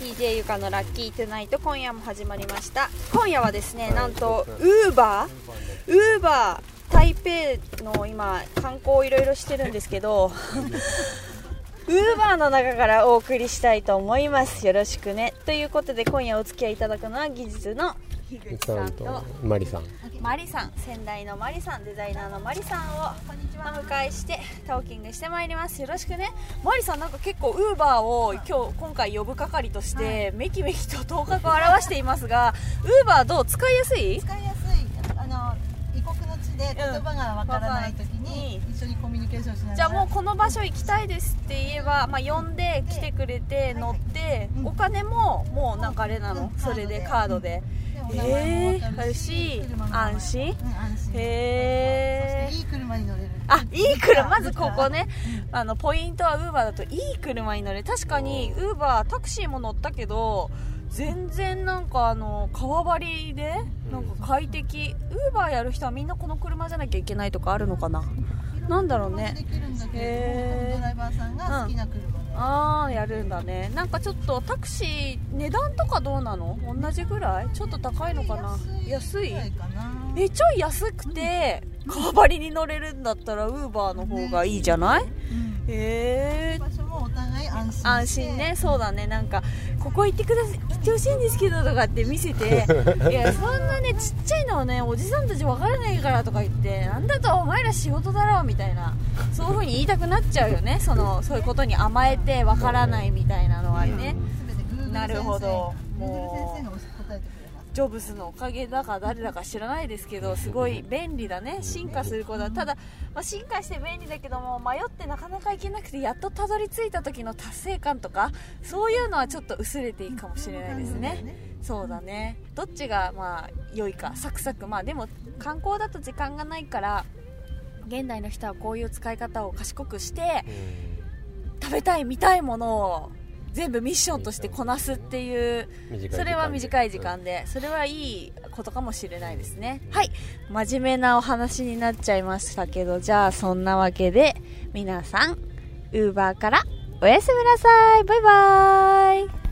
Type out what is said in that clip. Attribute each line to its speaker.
Speaker 1: DJ ゆかのラッキートゥナイト今夜も始まりました今夜はですね、
Speaker 2: はい
Speaker 1: なんと
Speaker 2: そう
Speaker 1: ウーバーウーバー台北の今観光をいろいろしてるんですけどウーバーの中からお送りしたいと思いますよろしくねということで今夜お付き合いいただくのは技術の樋口
Speaker 2: さ
Speaker 1: さ
Speaker 2: ん
Speaker 1: んと
Speaker 2: とマリさん
Speaker 1: マリさん先代のマリさんデザイナーのマリさんをお迎えしてトーキングしてまいりますよろしくねマリさんなんか結構ウーバーを今日今回呼ぶ係として、めきめきと頭角を表していますがウーバーどう使いやすい
Speaker 3: 使いやすいあの異国の地で言葉がわからない時に一緒にコミュニケーションしながら
Speaker 1: じゃあもうこの場所行きたいですって言えば、まあ、呼んで来てくれて乗って
Speaker 3: うん
Speaker 1: お金ももうなんかあれなの
Speaker 3: うん
Speaker 1: それでカードで
Speaker 3: でお名前もわかる
Speaker 1: え
Speaker 3: し,
Speaker 1: ー
Speaker 3: 車もわかる、
Speaker 1: 安心
Speaker 3: うん、安心
Speaker 1: へ
Speaker 3: そ
Speaker 1: え
Speaker 3: していい車に乗れる
Speaker 1: あいい車まずここねあのポイントはウーバーだといい車に乗れ確かにウーバータクシーも乗ったけど全然なんかあの川張りでなんか快適ウーバーやる人はみんなこの車じゃなきゃいけないとかあるのかななんだろうね
Speaker 3: できるんだけ
Speaker 1: へー
Speaker 3: どドライバーさんが好きな車で、
Speaker 1: あーやるんだねなんかちょっとタクシー値段とかどうなの同じぐらいちょっと高いのかな安い
Speaker 3: ぐらいかな
Speaker 1: えちょい安くて川張りに乗れるんだったらウーバーの方がいいじゃない
Speaker 3: うん
Speaker 1: えー
Speaker 3: 場所もお互い安心して
Speaker 1: 安心ねそうだねなんかここ行ってください行ってほしいんですけどとかって見せ ていやそんなねちっちゃいのはねおじさんたち分からないからとか言ってなんだとお前ら仕事だろみたいなそういうふうに言いたくなっちゃうよねそのそういうことに甘えて分からないみたいなのはね
Speaker 3: 全て Google
Speaker 1: なるほどもう
Speaker 3: もう先生が答えてくれます
Speaker 1: ジョブスのおかげだか誰だか知らないですけどすごい便利だね進化することはただ、まあ、進化して便利だけども迷ってなかなか行けなくてやっとたどり着いた時の達成感とかそういうのはちょっと薄れていいかもしれないですねそうだねどっちがまあ良いかサクサクまあでも観光だと時間がないから現代の人はこういう使い方を賢くして食べたい見たいものを全部ミッションとしてこなすっていうそれは短い時間で、それはいいことかもしれないですね。はい、真面目なお話になっちゃいましたけど、じゃあそんなわけで、皆さん、ウーバーからおやすみなさいバイバーイ